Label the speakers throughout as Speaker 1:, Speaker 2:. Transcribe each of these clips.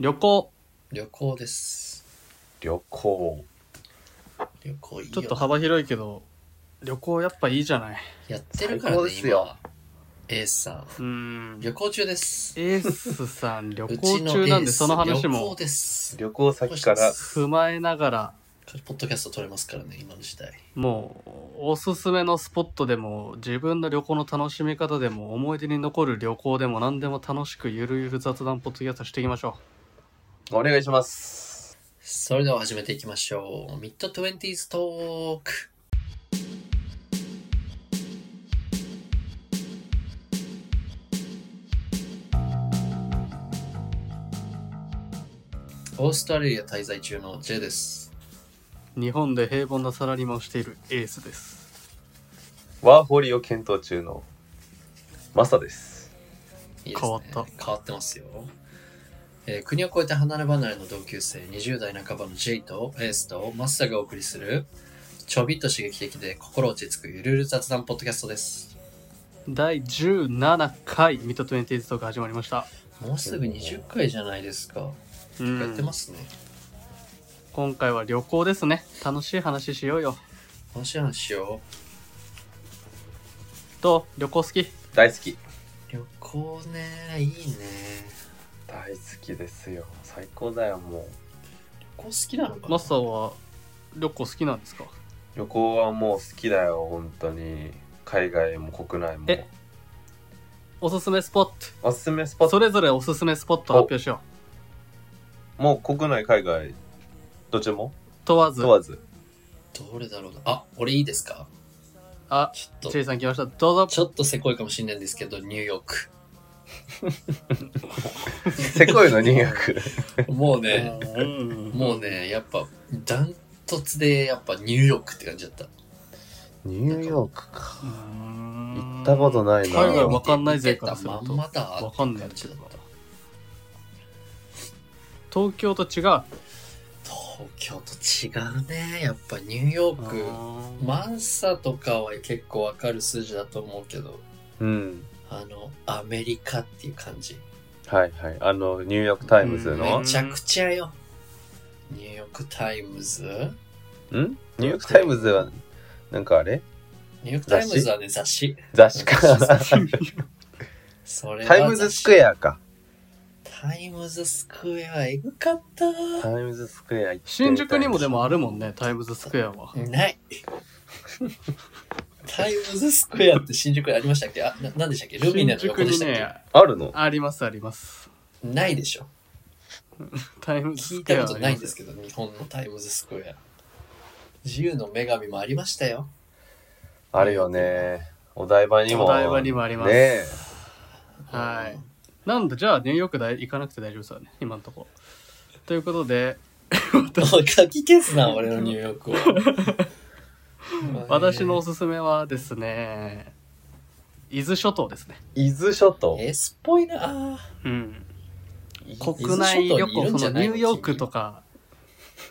Speaker 1: 旅行
Speaker 2: 旅行です。
Speaker 3: 旅行。
Speaker 2: 旅行いいよ。
Speaker 1: ちょっと幅広いけど旅行やっぱいいじゃない
Speaker 2: やってるからね、
Speaker 3: 最高です
Speaker 2: 今
Speaker 3: よ
Speaker 2: は。エースさん。
Speaker 1: うーん
Speaker 2: 旅行中です。
Speaker 1: エースさん旅行
Speaker 2: うちの
Speaker 1: 中なん
Speaker 2: エー
Speaker 1: で
Speaker 2: ス
Speaker 1: その話
Speaker 2: 旅行
Speaker 1: も
Speaker 2: です。
Speaker 3: 旅行先から
Speaker 1: 踏まえながら
Speaker 2: ポッドキャスト撮れますからね、今の時代。
Speaker 1: もうおすすめのスポットでも自分の旅行の楽しみ方でも思い出に残る旅行でも何でも楽しくゆるゆる雑談ポッドキャストしていきましょ
Speaker 3: お願いします。
Speaker 2: それでは始めていきましょう。ミッドトゥエンティーズトーク。オーストラリア滞在中の J です。
Speaker 1: う日本で平凡なサラリーマンをしているエースです
Speaker 3: ワーホリを検討中のマサです。
Speaker 2: いいですね
Speaker 1: 変わった
Speaker 2: 変わってますよ、えー国を越えて離れ離れの同級生20代半ばの J とエースとマッサがお送りするちょびっと刺激的で心落ち着くゆるゆる雑談ポッドキャストです
Speaker 1: 第17回ミッドトゥエンティーズトーク始まりました
Speaker 2: もうすぐ20回じゃないですか、
Speaker 1: う
Speaker 2: やって
Speaker 1: ん
Speaker 2: ますね
Speaker 1: 今回は旅行ですね楽しい話しようよ
Speaker 2: 楽しい話しよ
Speaker 1: どう旅行好き
Speaker 3: 大好き。
Speaker 2: う旅行ねいいね
Speaker 3: 大好きですよ。最高だよ、もう。
Speaker 2: 旅行好きなのかな
Speaker 1: マスターは旅行好きなんですか
Speaker 3: 旅行はもう好きだよ、本当に。海外も国内も。
Speaker 1: えおすすめスポッ
Speaker 3: おすすめスポ
Speaker 1: ト
Speaker 3: ット
Speaker 1: それぞれおすすめスポット発表しよ
Speaker 3: もう国内、海外、どっちも
Speaker 1: う問わず
Speaker 3: 問わず。
Speaker 2: どれだろうなあ俺いいですか
Speaker 1: あ
Speaker 2: ちょっ
Speaker 1: チ
Speaker 2: と
Speaker 1: ェイさん来ましたどうぞ
Speaker 2: ちょっとせこいかもしれないんですけどニューヨーク
Speaker 3: せこいの、ニューヨーク。
Speaker 2: も うね
Speaker 1: うん
Speaker 2: もうね、やっぱ、ダントツで、やっぱニューヨークって感じだった。
Speaker 3: ニューヨークか。
Speaker 1: うん
Speaker 3: 行ったことないな。
Speaker 1: 海外わかんない勢から
Speaker 2: 見
Speaker 1: す
Speaker 2: て
Speaker 1: る
Speaker 2: た
Speaker 1: と
Speaker 2: まんまだ
Speaker 1: わかんない
Speaker 2: っ
Speaker 1: け
Speaker 2: て感じ
Speaker 1: ど
Speaker 2: だった
Speaker 1: 東京と違う
Speaker 2: 東京と違うね。やっぱニューヨーク。マンサとかは結構わかる数字だと思うけど、
Speaker 3: うん。
Speaker 2: あの、アメリカっていう感じ。
Speaker 3: はいはい。あの、ニューヨークタイムズ
Speaker 1: う
Speaker 3: の。
Speaker 2: めちゃくちゃよ。ニューヨークタイムズ
Speaker 3: んニューヨークタイムズは、なんかあれ
Speaker 2: ニューヨークタイムズはね、雑誌。
Speaker 3: 雑誌か。
Speaker 2: それは雑誌
Speaker 3: タイムズスクエアか。
Speaker 2: タイムズスクエア、エグかった。
Speaker 3: タイムズスクエア行ってみたい
Speaker 1: 新宿にもで。もあるもんねタイムズスクエアは
Speaker 2: ない。タイムズスクエアって新宿にありましたっけあ、ななんでしたっけルミネ
Speaker 1: 新
Speaker 2: の
Speaker 1: 宿
Speaker 2: 横で
Speaker 1: に
Speaker 2: したっけ、
Speaker 1: ね
Speaker 3: あるの
Speaker 1: ありますあります
Speaker 2: ないでしょ。
Speaker 1: タイムズス
Speaker 2: 聞い
Speaker 1: クエ
Speaker 2: た
Speaker 1: ア
Speaker 2: ことないんです
Speaker 1: け
Speaker 2: けど、日本のタイムズスクエア。自由の女神もありましたよ。
Speaker 3: あるよね。お台場にも。
Speaker 1: お台場にもあります
Speaker 3: ねえ。
Speaker 1: はい
Speaker 2: うん。
Speaker 1: なんだじゃあニューヨークだい行かなくて大丈夫ですよね今のとこということで
Speaker 2: 書き消すな、俺のニューヨークを。
Speaker 1: 私のおすすめはですね伊豆諸島ですね、
Speaker 3: 伊豆諸島。
Speaker 2: エスっぽいな。
Speaker 1: うん、
Speaker 3: 伊豆
Speaker 1: 国内旅
Speaker 2: 伊豆諸島にいる
Speaker 1: 行
Speaker 2: んじ
Speaker 1: そ
Speaker 2: ゃ
Speaker 1: の
Speaker 2: な
Speaker 1: ニ
Speaker 2: い
Speaker 1: ュ
Speaker 2: の
Speaker 1: ーヨークとか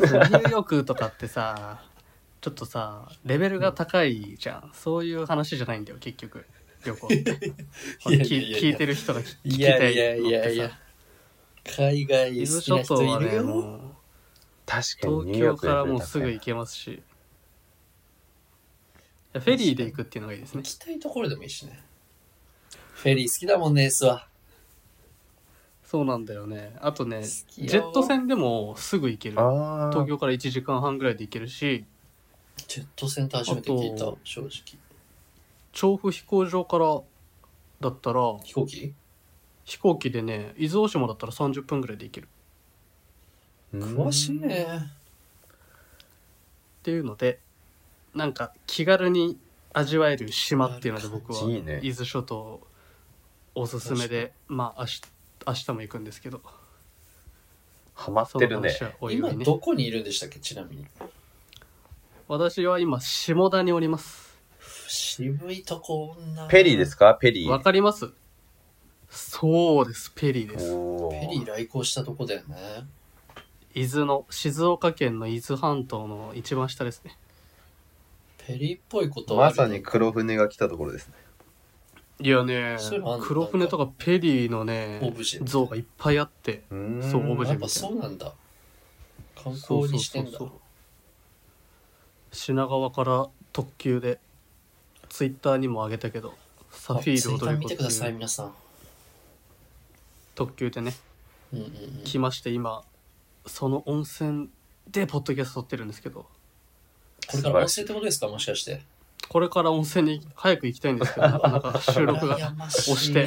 Speaker 1: ニューヨークとかってさ ちょっとさレベルが高いじゃん、そういう話じゃないんだよ結局旅 行ってほら
Speaker 2: いやいやいや
Speaker 1: 聞聞いてる人が聞聞き
Speaker 2: い
Speaker 1: たいのって
Speaker 2: や
Speaker 1: さ
Speaker 2: いやいやいや。海外
Speaker 1: 伊豆
Speaker 2: 好き
Speaker 1: 諸
Speaker 2: な
Speaker 1: 島
Speaker 2: 人い
Speaker 1: は
Speaker 2: る
Speaker 1: ね
Speaker 2: よ。
Speaker 1: もう
Speaker 3: 確かにニュ
Speaker 1: 東
Speaker 3: ーヨ
Speaker 1: 京
Speaker 3: ーク
Speaker 1: からもうすぐ
Speaker 3: 行
Speaker 1: 行けますしいやフェリーで行くっていうのがいいですね
Speaker 2: 行きたいところでもいいしね。フェリー好きだもんね、エースは。
Speaker 1: そうなんだよねあとね
Speaker 2: 好
Speaker 1: ジ
Speaker 2: き
Speaker 1: ェ
Speaker 2: よ
Speaker 1: ット船でもすぐ行ける
Speaker 3: ああ
Speaker 1: 東。京から1時間半ぐらいで行けるし
Speaker 2: ジェットセンター初めて聞い
Speaker 1: あ
Speaker 2: た
Speaker 1: と、
Speaker 2: 正直。
Speaker 1: 調布飛行場からだったら
Speaker 2: 飛行機
Speaker 1: 飛行機でね伊豆大島だったら30分ぐらいで行ける
Speaker 3: 詳
Speaker 2: 詳しい。ね。
Speaker 1: っていうのでなんか気軽に味わえる島っていうので僕はい
Speaker 3: いね
Speaker 1: 伊豆諸島おすすめでまあ明日明日も行くんですけど
Speaker 3: ハマっ
Speaker 1: そ
Speaker 3: て
Speaker 1: の
Speaker 3: るね
Speaker 1: 話。はおいお
Speaker 2: 今
Speaker 1: いね
Speaker 2: どこにいるんでしたっけ、ちなみに。
Speaker 1: 私は今下田におります
Speaker 2: 渋いとこ女。
Speaker 3: ペリーです
Speaker 2: か
Speaker 3: かペリ
Speaker 1: わ
Speaker 3: ー。
Speaker 1: かりますそうですペリーです
Speaker 3: お
Speaker 2: ペリー
Speaker 3: ー
Speaker 2: 来航したとこだよね。
Speaker 1: 伊豆の静岡県の伊豆半島の一番下ですね
Speaker 2: ペリーっぽいことはあ
Speaker 3: ま
Speaker 2: る
Speaker 3: さに黒船が来たところですね。
Speaker 1: いやね
Speaker 2: そういうのあんの
Speaker 1: 黒船とかペリーのね
Speaker 2: オブジェ
Speaker 1: 像がいっぱいあって
Speaker 3: うーん
Speaker 1: そうオブジェ
Speaker 2: やっぱそうなんだ観光にしてんだ
Speaker 1: そうそうそうそう品川から特急でツイッターにも上げたけどサフィールを
Speaker 2: あツイッター見てください
Speaker 1: いう
Speaker 2: 皆さん
Speaker 1: 特急でね
Speaker 2: うんうんうん
Speaker 1: 来まして今その温泉でポッドキャスト撮ってるんですけど
Speaker 2: これから温泉ってことですかもしかして
Speaker 1: これから温泉に早く行きたいんですけどなかなか収録が
Speaker 2: 羨ましい
Speaker 1: 押して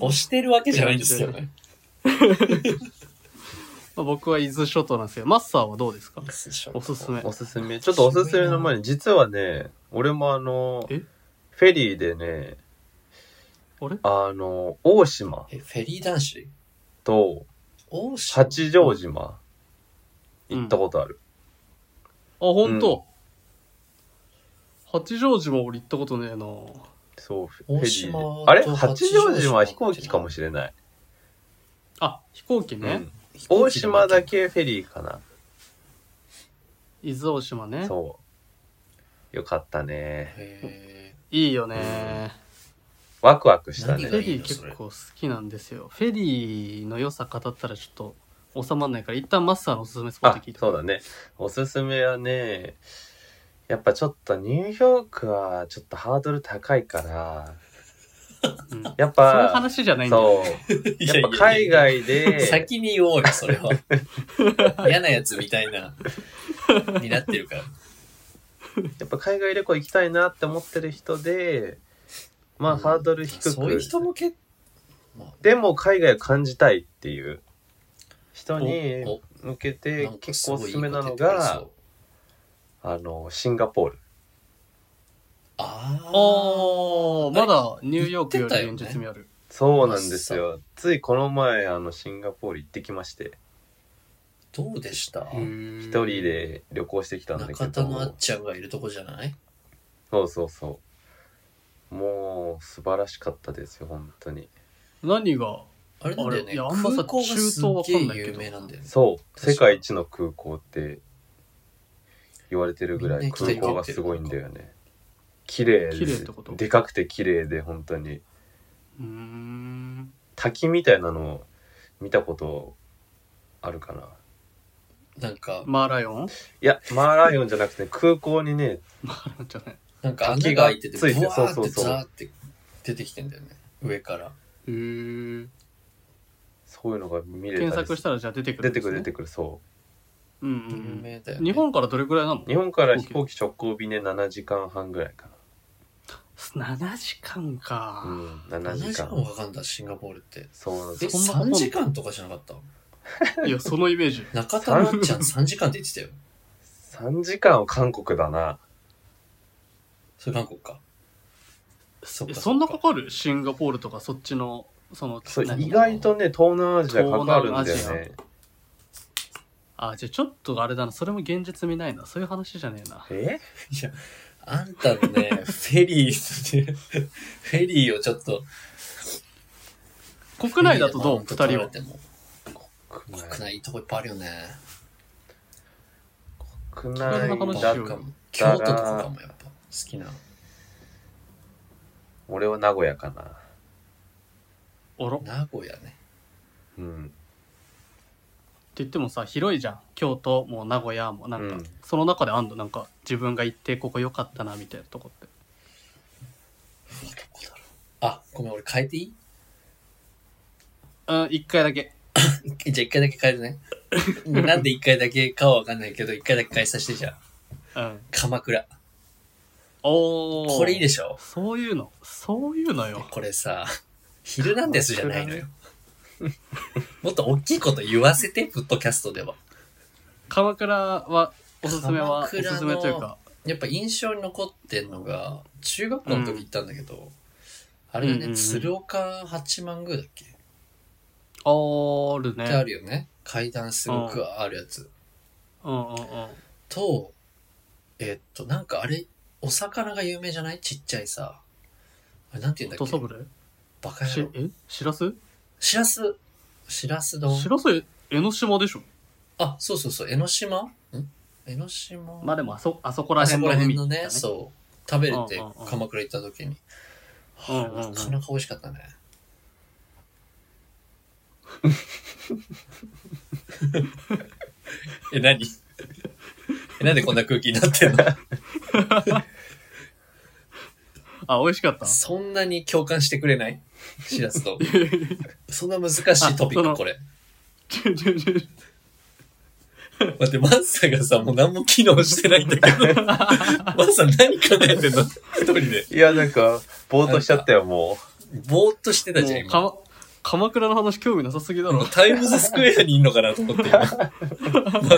Speaker 2: 押してるわけじゃないんですよね
Speaker 1: まあ僕は伊豆諸島なんですけどマッサーはどうですかおすすめ
Speaker 3: おすすめちょっとおすすめの前に実はね俺もあの
Speaker 1: え
Speaker 3: フェリーでね
Speaker 1: あれ
Speaker 3: あの大島
Speaker 2: えフェリー男子
Speaker 3: と
Speaker 2: 大島
Speaker 3: 八丈島行ったことある、
Speaker 1: あ本当、八丈島俺行ったことねえな
Speaker 3: そうフェ
Speaker 2: 大
Speaker 3: リー
Speaker 2: 島
Speaker 3: で
Speaker 2: と
Speaker 3: あれ
Speaker 2: 八
Speaker 3: 八
Speaker 2: 丈島
Speaker 3: 丈島は飛行機かもしれない、
Speaker 1: あ飛行機
Speaker 3: う
Speaker 1: ね、
Speaker 3: ん、大島だけフェリーかな
Speaker 1: 伊豆大島ね
Speaker 3: そうよかったね
Speaker 2: へ
Speaker 1: いいよね、
Speaker 3: ワクワクした
Speaker 2: 何
Speaker 3: ね
Speaker 1: フ
Speaker 2: が
Speaker 1: ェ
Speaker 2: いい
Speaker 1: リー
Speaker 2: の
Speaker 1: 結構好きなんですよフェリーの良さ語ったらちょっと収まんないから一旦マッサーのおすすめスポット
Speaker 3: あ
Speaker 1: 聞いて
Speaker 3: そうだねおすすめはねやっぱちょっとニューヨークはちょっとハードル高いから
Speaker 1: うんそう
Speaker 3: やっ
Speaker 1: いう
Speaker 3: ぱ
Speaker 1: 話じゃないんだよ
Speaker 3: そう
Speaker 2: ー
Speaker 3: やっぱ海外
Speaker 2: いやいやいや
Speaker 3: で
Speaker 2: 先に言おうよそ れは嫌なやつみたいなになってるから
Speaker 3: やっぱ海外旅行行きたいなって思ってる人でま
Speaker 2: う
Speaker 3: あ
Speaker 2: ん
Speaker 3: ハードル低く、
Speaker 2: そういう人向け、まあ、
Speaker 3: でも海外を感じたいっていう人
Speaker 2: お
Speaker 3: に向け
Speaker 2: おな
Speaker 3: て
Speaker 2: んか
Speaker 3: 結
Speaker 2: す
Speaker 3: 構お
Speaker 2: ごい
Speaker 3: すすめなの
Speaker 2: いいこと言ってくれそ
Speaker 3: が
Speaker 2: う
Speaker 3: あのシンガポール
Speaker 2: あー
Speaker 1: おーまだニューヨークよ
Speaker 2: 言ってた
Speaker 1: り
Speaker 2: よね
Speaker 1: 現実味ある、
Speaker 3: そうなんですよついこの前あのシンガポール行ってきまして
Speaker 2: どうでした
Speaker 3: 一
Speaker 1: 一
Speaker 3: 人で旅行してきたんだけ
Speaker 2: 中田のあっ
Speaker 3: ど
Speaker 2: ちゃんがいるとこじゃない
Speaker 3: そうそうそうもう素晴らしかったですよ本当に
Speaker 1: 何が
Speaker 2: あれなんだ
Speaker 1: あ
Speaker 2: よ
Speaker 1: れ
Speaker 2: ね
Speaker 1: いやあんまさ
Speaker 2: 空港がすっげ
Speaker 1: 中東わかんない
Speaker 2: え
Speaker 1: けど
Speaker 2: 有名なんだよね
Speaker 3: そう
Speaker 2: 確かに
Speaker 3: 世界一の空港って言われてるぐら
Speaker 2: みん
Speaker 3: い
Speaker 2: な行きた
Speaker 3: 空
Speaker 2: い
Speaker 3: 港がすごいんだよね綺麗
Speaker 1: 綺麗っ
Speaker 3: で
Speaker 1: てこと
Speaker 3: でかくて綺麗で本当に
Speaker 1: うーん
Speaker 3: 滝みたいなの見たことあるかな
Speaker 2: なんか
Speaker 1: マーライオン
Speaker 3: いやマーライオンじゃなくて空港にね
Speaker 1: マーライオンじゃない
Speaker 2: なんか穴が開いてて、ブ
Speaker 3: 滝がついて
Speaker 2: ワー
Speaker 3: そ
Speaker 2: っ
Speaker 3: う
Speaker 2: て
Speaker 3: そうそう
Speaker 2: ザーって出てきてんだよね。上から。
Speaker 1: へー
Speaker 3: そういうのが見れたり
Speaker 1: 検索したらじゃあ出てくる
Speaker 3: 出
Speaker 1: ん
Speaker 3: て
Speaker 1: です
Speaker 3: く
Speaker 1: ね、
Speaker 3: る出てくるそ
Speaker 1: うんう
Speaker 2: 有
Speaker 1: ん
Speaker 2: 名だよ
Speaker 1: う
Speaker 2: ね。
Speaker 1: ん日本からどれくらいなの
Speaker 3: う日本から
Speaker 1: 飛
Speaker 3: 飛
Speaker 1: 行
Speaker 3: 行機直行便で7時間半ぐらいか
Speaker 1: 7時間か
Speaker 3: な、うん、7
Speaker 2: 7
Speaker 3: 時
Speaker 2: 時間
Speaker 3: 間
Speaker 2: もかかんだ、シンガポールって。
Speaker 3: そうなんです
Speaker 2: え、
Speaker 1: そんなかかん
Speaker 2: 3
Speaker 1: の
Speaker 2: 時間とかじゃなかった
Speaker 1: いや、そのイメージ。
Speaker 2: 中田のあっちゃん3時間って言ってたよ。
Speaker 3: 3時間は韓国だな
Speaker 2: それ韓国か。そっ
Speaker 1: え
Speaker 2: か
Speaker 1: そんなかかるシンガポールとかそっちの、その、
Speaker 3: そう
Speaker 1: 何
Speaker 3: 意外とね東南アジアかかるんだ
Speaker 1: 東
Speaker 3: よ
Speaker 1: 南
Speaker 3: ね
Speaker 1: あ、じゃあちょっとあれだな、それも現実味ないな。そういう話じゃねえな。
Speaker 3: え
Speaker 2: いや、あんたの ね、フェリーで、フェリーをちょっと。
Speaker 1: 国内だとどう二
Speaker 2: フ
Speaker 1: 人
Speaker 2: ェリー
Speaker 1: は
Speaker 2: で。も
Speaker 3: 国
Speaker 2: 国内いいとこいっぱいあるよね。
Speaker 3: 国
Speaker 1: 内
Speaker 3: 内
Speaker 1: 国内の話
Speaker 3: だと
Speaker 1: を
Speaker 2: かも京都とかかもやっぱ好きな。
Speaker 3: 俺は名古屋かな
Speaker 1: おろって
Speaker 2: 名古屋ね。
Speaker 3: うん
Speaker 1: 言ってもさ、広いじゃん。京都も名古屋も、なんか、
Speaker 3: うん
Speaker 1: その中であんの、なんか、自分が行ってここ良かったな、みたいなとこって。
Speaker 2: いいとこだろ。あ、ごめん、俺変えていい
Speaker 1: うん、一回だけ。
Speaker 2: じゃあ一回だけ変える ね。なんで一回だけかはわかんないけど、一回だけ変えさせてじゃあ。
Speaker 1: うん。
Speaker 2: 鎌倉。
Speaker 1: おー。
Speaker 2: これいいで
Speaker 1: し
Speaker 2: しょ
Speaker 1: そういうの、そういうのよ。
Speaker 2: これさ、ヒルナンデスじゃないのよ。もっと大きいこと言わせて、ポッドキャストでは。
Speaker 1: 鎌倉は、おすすめは、お
Speaker 2: 鎌倉の
Speaker 1: すすめというか、
Speaker 2: やっぱ印象に残ってんのが、中学校の時行ったんだけど、あれだね、
Speaker 1: うんうんうん
Speaker 2: 鶴岡八幡宮だっ
Speaker 1: あ
Speaker 2: け、
Speaker 1: る
Speaker 2: ってあ
Speaker 1: ね。
Speaker 2: るよね。階段すごくあるやつ。
Speaker 1: うんうんうん。
Speaker 2: と、えっと、なんかあれ、お魚が有名じゃないちっちゃいさ。あれ、なんて言うんだ
Speaker 1: 土
Speaker 2: っけ
Speaker 1: 佐ブル
Speaker 2: バカ野
Speaker 1: し
Speaker 2: 郎。
Speaker 1: えしらす
Speaker 2: しらす。しらす丼
Speaker 1: し。らす江ノ島でしょ
Speaker 2: あ、そうそうそう。江ノ島ん江ノ島
Speaker 1: まあでもあそあそこら
Speaker 2: あそ
Speaker 1: 辺
Speaker 2: こ
Speaker 1: の
Speaker 2: ら
Speaker 1: 海
Speaker 2: 辺の
Speaker 1: だ
Speaker 2: ね、
Speaker 1: ね
Speaker 2: そう。食べれて
Speaker 1: うんうんうん
Speaker 2: 鎌倉行った時に、
Speaker 1: うん
Speaker 2: はあなかなか美味しかったね え何えなんでこんな空気になってんの
Speaker 1: あ、美味しかった。
Speaker 2: そんなに共感してくれないしらす とそんな難しいトピッ
Speaker 1: あそ
Speaker 2: ク
Speaker 1: の
Speaker 2: これ
Speaker 1: ちょちょちょ
Speaker 2: 待ってマッサがさもう何も機能してないん だ けどマッサ何考えてんの一人で
Speaker 3: いや、なんか、ぼーっとしちゃったよ、も
Speaker 2: ぼーっとしてたじゃん
Speaker 1: もう
Speaker 2: 今
Speaker 1: かま鎌倉の話興味なさすぎだろ。
Speaker 2: タイムズスクエアにいんのかなと思って 今マ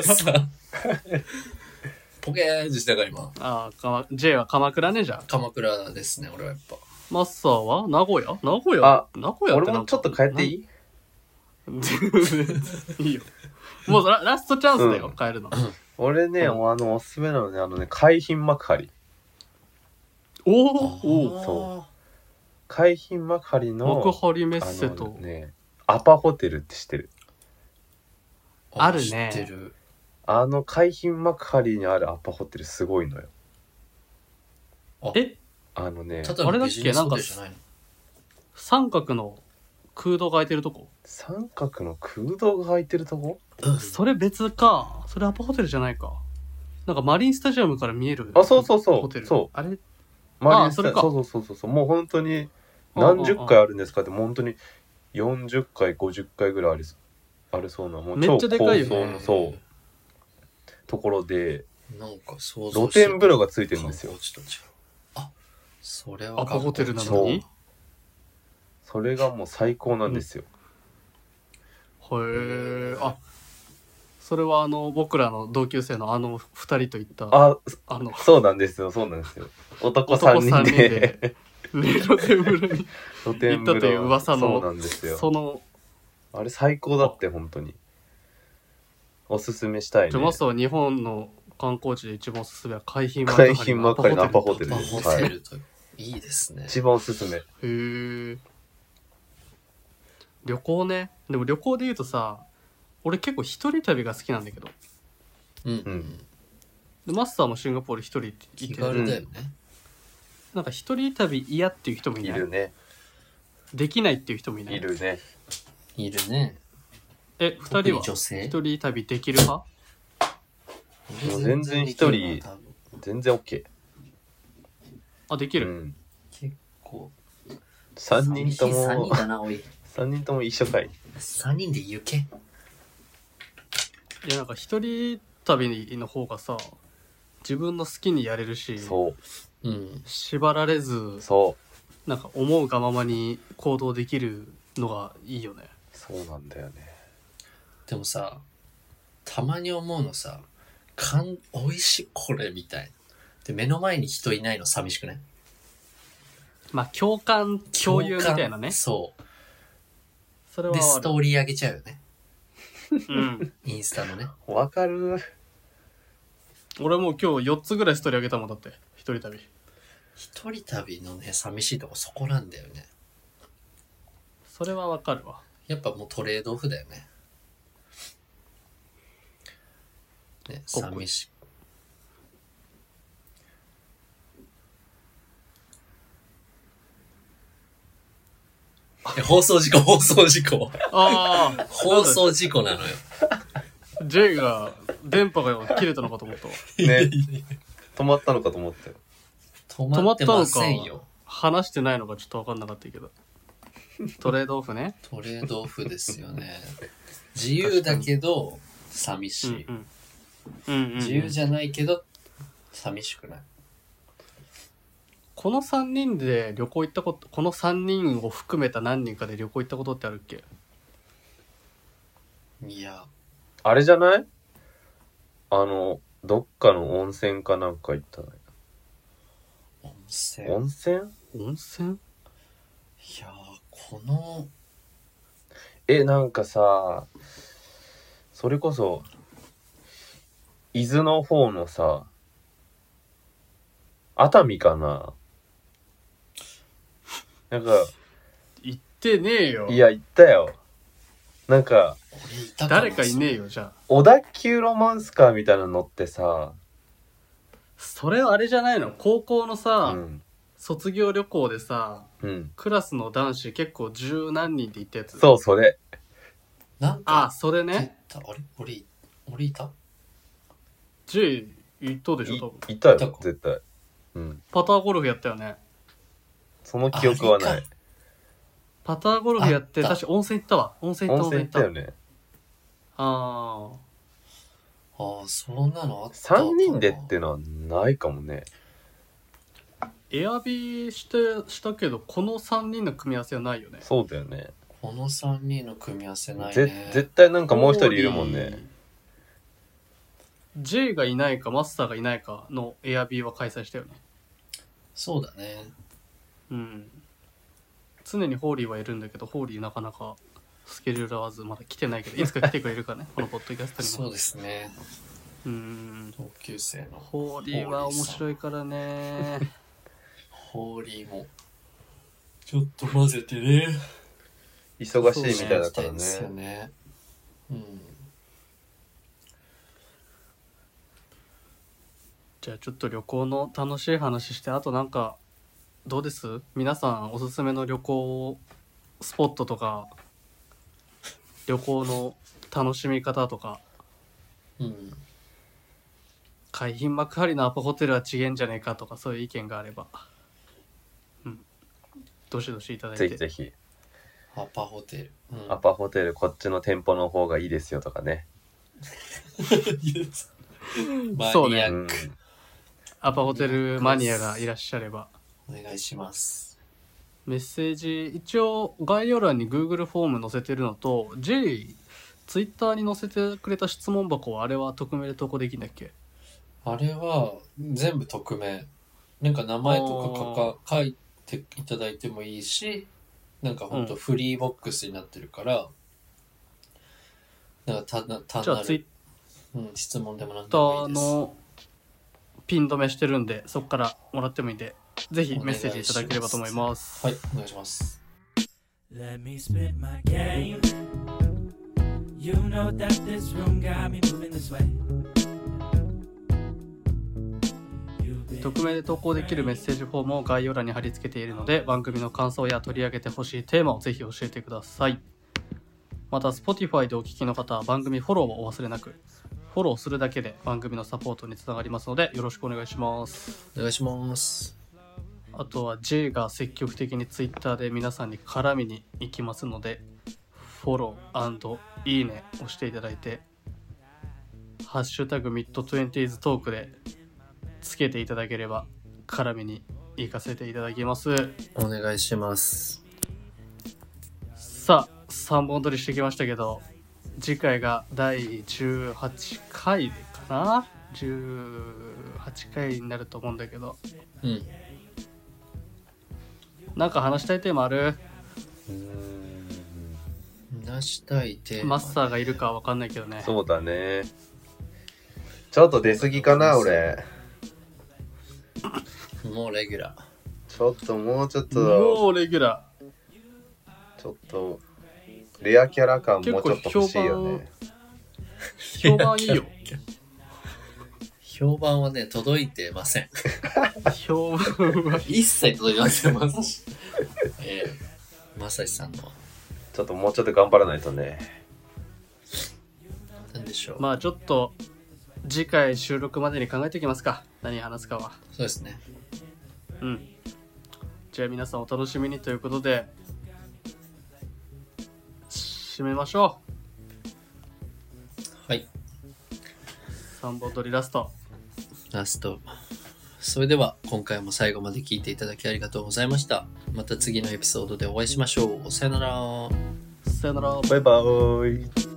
Speaker 2: スターポケーンってしたから今
Speaker 1: ああ、かま、J は鎌倉ね、じゃあ。
Speaker 2: 鎌倉ですね俺はやっぱ
Speaker 1: マッサーは名古屋名古屋
Speaker 3: あ
Speaker 1: 名
Speaker 3: う。
Speaker 1: 古屋っ
Speaker 3: 俺
Speaker 1: て なん
Speaker 3: も
Speaker 1: か
Speaker 3: ちょっと変えていい
Speaker 1: いいよ。もうララストチャンスだよ、
Speaker 3: うん
Speaker 1: 変えるの。
Speaker 3: 俺ね、
Speaker 1: うん
Speaker 3: もうあの、おすすめなのね、あのね、海浜幕張。
Speaker 1: おおお
Speaker 3: そ海浜幕張の、
Speaker 1: 幕張メッ
Speaker 3: あ
Speaker 1: セ
Speaker 3: の
Speaker 1: と。
Speaker 3: ね、アパホテルって知ってる。
Speaker 1: あるね
Speaker 2: 知ってる
Speaker 3: あの、海浜幕張にあるアパホテルすごいのよ。
Speaker 1: え
Speaker 3: あのね、
Speaker 2: ただのビジネスホテルじゃないの
Speaker 1: 三角の空洞が空いてるとこ、
Speaker 3: 三角の空洞が空いてるとこ
Speaker 2: うん
Speaker 1: それ別か。それアパホテルじゃないか。なんかマリンスタジアムから見える。
Speaker 3: あそうそうそう
Speaker 1: ホテル。
Speaker 3: そう
Speaker 1: あれ
Speaker 3: マリンス
Speaker 1: そ
Speaker 3: タ
Speaker 1: れ
Speaker 3: ジア
Speaker 1: か
Speaker 3: ムそうそうそうそうもう本当に何十回あるんですかってもう本当に40回50回ぐらいありそうあるそうなもう
Speaker 1: めっ
Speaker 3: 超
Speaker 1: ち
Speaker 3: 高
Speaker 1: ゃでかいよね
Speaker 3: 層のそうところで
Speaker 2: なんか想像
Speaker 3: 露天風
Speaker 2: 呂
Speaker 3: 呂がついてるんですよ
Speaker 2: あそれは
Speaker 1: アパホテルな
Speaker 3: そ
Speaker 1: の
Speaker 3: う
Speaker 1: に。へ
Speaker 3: それがもう最高なんですよ、
Speaker 1: え。あそれはあの僕らの同級生のあの二人と行ったあ
Speaker 3: あ
Speaker 1: の
Speaker 3: そうなんですよそうなんですよ男3
Speaker 1: 男
Speaker 3: 人
Speaker 1: 三人
Speaker 3: で
Speaker 1: で露天風呂に
Speaker 3: 露天風
Speaker 1: 行ったという
Speaker 3: 呂
Speaker 1: 噂の
Speaker 3: そうなんですよ
Speaker 1: その
Speaker 3: あれ最高だって本当におすすめしたい
Speaker 1: ジョ
Speaker 3: ね
Speaker 1: マスは日本の観光地で一番おすすめは海浜幕張
Speaker 3: 海浜幕張のアパホテル
Speaker 2: アパ
Speaker 3: で
Speaker 2: ホ
Speaker 3: す、
Speaker 2: テ
Speaker 3: はい、
Speaker 2: ルといういいですね
Speaker 3: 一番おすすめ
Speaker 1: へえ旅行ねでも旅行で言うとさ俺結構一人旅が好きなんだけど
Speaker 2: うんう
Speaker 3: うんん
Speaker 1: でマスターもシンガポール一人って言
Speaker 2: 気
Speaker 1: ってる
Speaker 2: 軽だよね
Speaker 1: なんか一人旅嫌っていう人もい
Speaker 3: い
Speaker 1: ない
Speaker 3: るね
Speaker 1: できないっていう人もいない
Speaker 3: いるね
Speaker 2: いるね
Speaker 1: え二
Speaker 2: 特
Speaker 1: 人
Speaker 2: に
Speaker 1: は
Speaker 2: 女性
Speaker 1: 一人旅できる派
Speaker 3: もう全然一
Speaker 2: で
Speaker 3: 人
Speaker 2: きるな多分
Speaker 3: 全然 OK
Speaker 1: あでき
Speaker 3: う
Speaker 1: る、
Speaker 3: ん、
Speaker 2: 結構
Speaker 3: 3人と
Speaker 2: 3
Speaker 3: も
Speaker 2: 人だなおい
Speaker 3: 3人とも一緒かい
Speaker 2: 3人で行け
Speaker 1: いやなんか一人旅の方がさ自分の好きにやれるし
Speaker 3: そ
Speaker 2: うん
Speaker 1: 縛られず
Speaker 3: うそう
Speaker 1: なんか思うがままに行動できるのがいいよね
Speaker 3: そうなんだよね
Speaker 2: でもさたまに思うのさ「かんおいしいこれ」みたいなで目の前に人いないの寂しくない
Speaker 1: まあ共感共有みたいなね
Speaker 2: そ
Speaker 1: それ
Speaker 2: う
Speaker 1: は
Speaker 2: でス
Speaker 1: ある
Speaker 2: トーリー上げちゃうよね
Speaker 1: うん、
Speaker 2: インスタのね
Speaker 3: わかる
Speaker 1: 俺もう今日4つぐらいストーリーあげたもんだって一人旅
Speaker 2: 一人旅のね寂しいとこそこなんだよね
Speaker 1: それはわかるわ
Speaker 2: やっぱもうトレードオフだよねね
Speaker 1: ここ
Speaker 2: 寂しいえ放送事故放送事故
Speaker 1: ああ
Speaker 2: 放送事故なのよ。
Speaker 1: J が電波が切れたのかと思ったわ
Speaker 3: ね止まったのかと思ったよ
Speaker 2: 止
Speaker 1: 止ま
Speaker 2: ま
Speaker 1: っ
Speaker 2: って
Speaker 1: たの
Speaker 2: ま
Speaker 1: か
Speaker 2: せんよ。
Speaker 1: 話してないのがちょっとわかんなかったけどトレードオフね
Speaker 2: トレードオフですよね。自由だけど、寂し
Speaker 1: うん
Speaker 2: い。
Speaker 1: うんうんうんうん
Speaker 2: 自由じゃないけど、寂しくない。
Speaker 1: この3人で旅行行ったことこの3人を含めた何人かで旅行行ったことってあるっけ
Speaker 2: いや、
Speaker 3: あれじゃないあのどっかの温泉かなんか行ったのよ
Speaker 2: 温泉。い
Speaker 3: 温泉
Speaker 1: 温泉
Speaker 2: や、この、
Speaker 3: えなんかさそれこそ伊豆の方のさ熱海かななんか
Speaker 1: 行ってねえよ
Speaker 3: いや行ったよなんか
Speaker 2: 俺いたな
Speaker 1: 誰かいねえよじゃあ
Speaker 3: 小田急ロマンスカーみたいなの乗ってさ
Speaker 1: それはあれじゃないの高校のさ、
Speaker 3: うん
Speaker 1: 卒業旅行でさ、
Speaker 3: うん
Speaker 1: クラスの男子結構十何人って言ったやつ。う。
Speaker 3: そうそれ
Speaker 2: なんか、
Speaker 1: あ、それね。
Speaker 2: 絶対あれ俺い、俺いた
Speaker 1: 10言っとうでしょ、
Speaker 3: い
Speaker 1: 多分。
Speaker 3: いたよ
Speaker 2: いたか
Speaker 3: 絶対うん
Speaker 1: パターゴルフやったよね。
Speaker 3: その記憶はな
Speaker 2: あい
Speaker 3: い
Speaker 2: た
Speaker 1: パターゴルフやって、
Speaker 2: あった
Speaker 1: 確か温泉行ったわ。温泉行った、
Speaker 3: 温
Speaker 1: 温
Speaker 3: 泉
Speaker 1: 泉行
Speaker 3: 行っ
Speaker 1: ったた。
Speaker 3: よね
Speaker 1: ああ。
Speaker 2: ああ、そんなのあった。
Speaker 3: 3人でってのはないかもね
Speaker 1: エアビーして、したけど、この3人の組み合わせはないよね。
Speaker 3: そうだよね
Speaker 2: この3人の組み合わせない
Speaker 3: ぜ
Speaker 2: ね。
Speaker 3: 絶対なんかもう一人いるもんね。
Speaker 1: J がいないか、マスターがいないかのエアビーは開催したよね。
Speaker 2: そうだね。
Speaker 1: うん。常にホーリーはいるんだけど、ホーリーなかなかスケジュール合わず、まだ来てないけど、いつか来てくれるかね、このポッドキャストにも。
Speaker 2: そうですね。
Speaker 1: うん。
Speaker 2: 同級生の。
Speaker 1: ホーリーは面白いからね。
Speaker 2: ホーリーも。ちょっと混ぜてね。
Speaker 3: 忙しいみたいだから
Speaker 2: ですよ
Speaker 3: ね
Speaker 2: ね。うん。
Speaker 1: じゃあちょっと旅行の楽しい話して、あとなんか、どうです皆さんおすすめの旅行スポットとか、旅行の楽しみ方とか、
Speaker 2: うん。
Speaker 1: 海浜幕張のアパホテルは違えんじゃねえかとか、そういう意見があれば。うん。どしどしいただい
Speaker 3: ぜ
Speaker 1: て。
Speaker 3: ひぜひ
Speaker 2: アパホテル。うん、
Speaker 3: ア パホテルこっちの店舗の方がいいですよとかね
Speaker 2: マ
Speaker 1: そう
Speaker 2: ニ
Speaker 1: ね
Speaker 2: ア
Speaker 3: う
Speaker 2: ッ
Speaker 3: ん
Speaker 2: ク。
Speaker 1: アパホテルマニアがいらっしゃれば
Speaker 2: お願いします。
Speaker 1: メッセージ一応概要欄に Google フォーム載せてるのと J ツイッターに載せてくれた質問箱はあれは匿名で投稿できんだっけ
Speaker 2: あれは全部匿名。なんか名前とか書か書いていただいてもいいし、なんかほんとフリーボックスになってるから、なんか単な単
Speaker 1: じゃ
Speaker 2: な
Speaker 1: あツイ
Speaker 2: る
Speaker 1: ッ、
Speaker 2: うん、質問でもなんで
Speaker 1: タ
Speaker 2: も
Speaker 1: ー
Speaker 2: いいです。
Speaker 1: のピン止めしてるんでそこからもらってもいいんでぜひメッセージいただければと思います
Speaker 2: はい、お願いします。
Speaker 4: Let me spit my game. You know that this room got me moving this way. You've been
Speaker 1: 匿名で投稿できるメッセージフォームを概要欄に貼り付けているので番組の感想や取り上げてほしいテーマをぜひ教えてくださいまた Spotify でお聞きの方は番組フォローをお忘れなくフォローするだけで番組のサポートにつながりますのでよろしくお願いします
Speaker 2: お願いします。
Speaker 1: あとは J が積極的に Twitter で皆さんに絡みに行きますのでフォローいいねをしていただいて「ハッシュタグミッドトゥエンティーズトーク」でつけていただければ絡みに行かせていただきます
Speaker 2: お願いします。
Speaker 1: さあ3本撮りしてきましたけど次回が第18回かな18回になると思うんだけど
Speaker 2: うん。
Speaker 1: なんか話したいテーマある
Speaker 2: 出したいテーマ
Speaker 1: マスターがいるかわかんないけどね
Speaker 3: そうだねちょっと出過ぎかな俺
Speaker 2: もうレギュラー。
Speaker 3: ちょっともうちょっと
Speaker 1: もうレギュラ
Speaker 3: ちょっとレアキャラ感もうちょっと欲しいよね
Speaker 1: ー評判いいよ
Speaker 2: 評判はね、届いてません。
Speaker 1: 評判は
Speaker 2: 一切届いてません、ま さし。ええまさしさんの、
Speaker 3: ちょっともうちょっと頑張らないとね
Speaker 2: なんでしょう。
Speaker 1: まあちょっと次回収録までに考えておきますか何話すかは
Speaker 2: そうですね。
Speaker 1: うんじゃあ皆さんお楽しみにということで締めましょう
Speaker 2: はい。
Speaker 1: 3本撮りラスト
Speaker 2: ラスト。それでは、今回も最後まで聞いていただきありがとうございました。また次のエピソードでお会いしましょう。さよなら。
Speaker 1: さよなら
Speaker 3: バイバーイ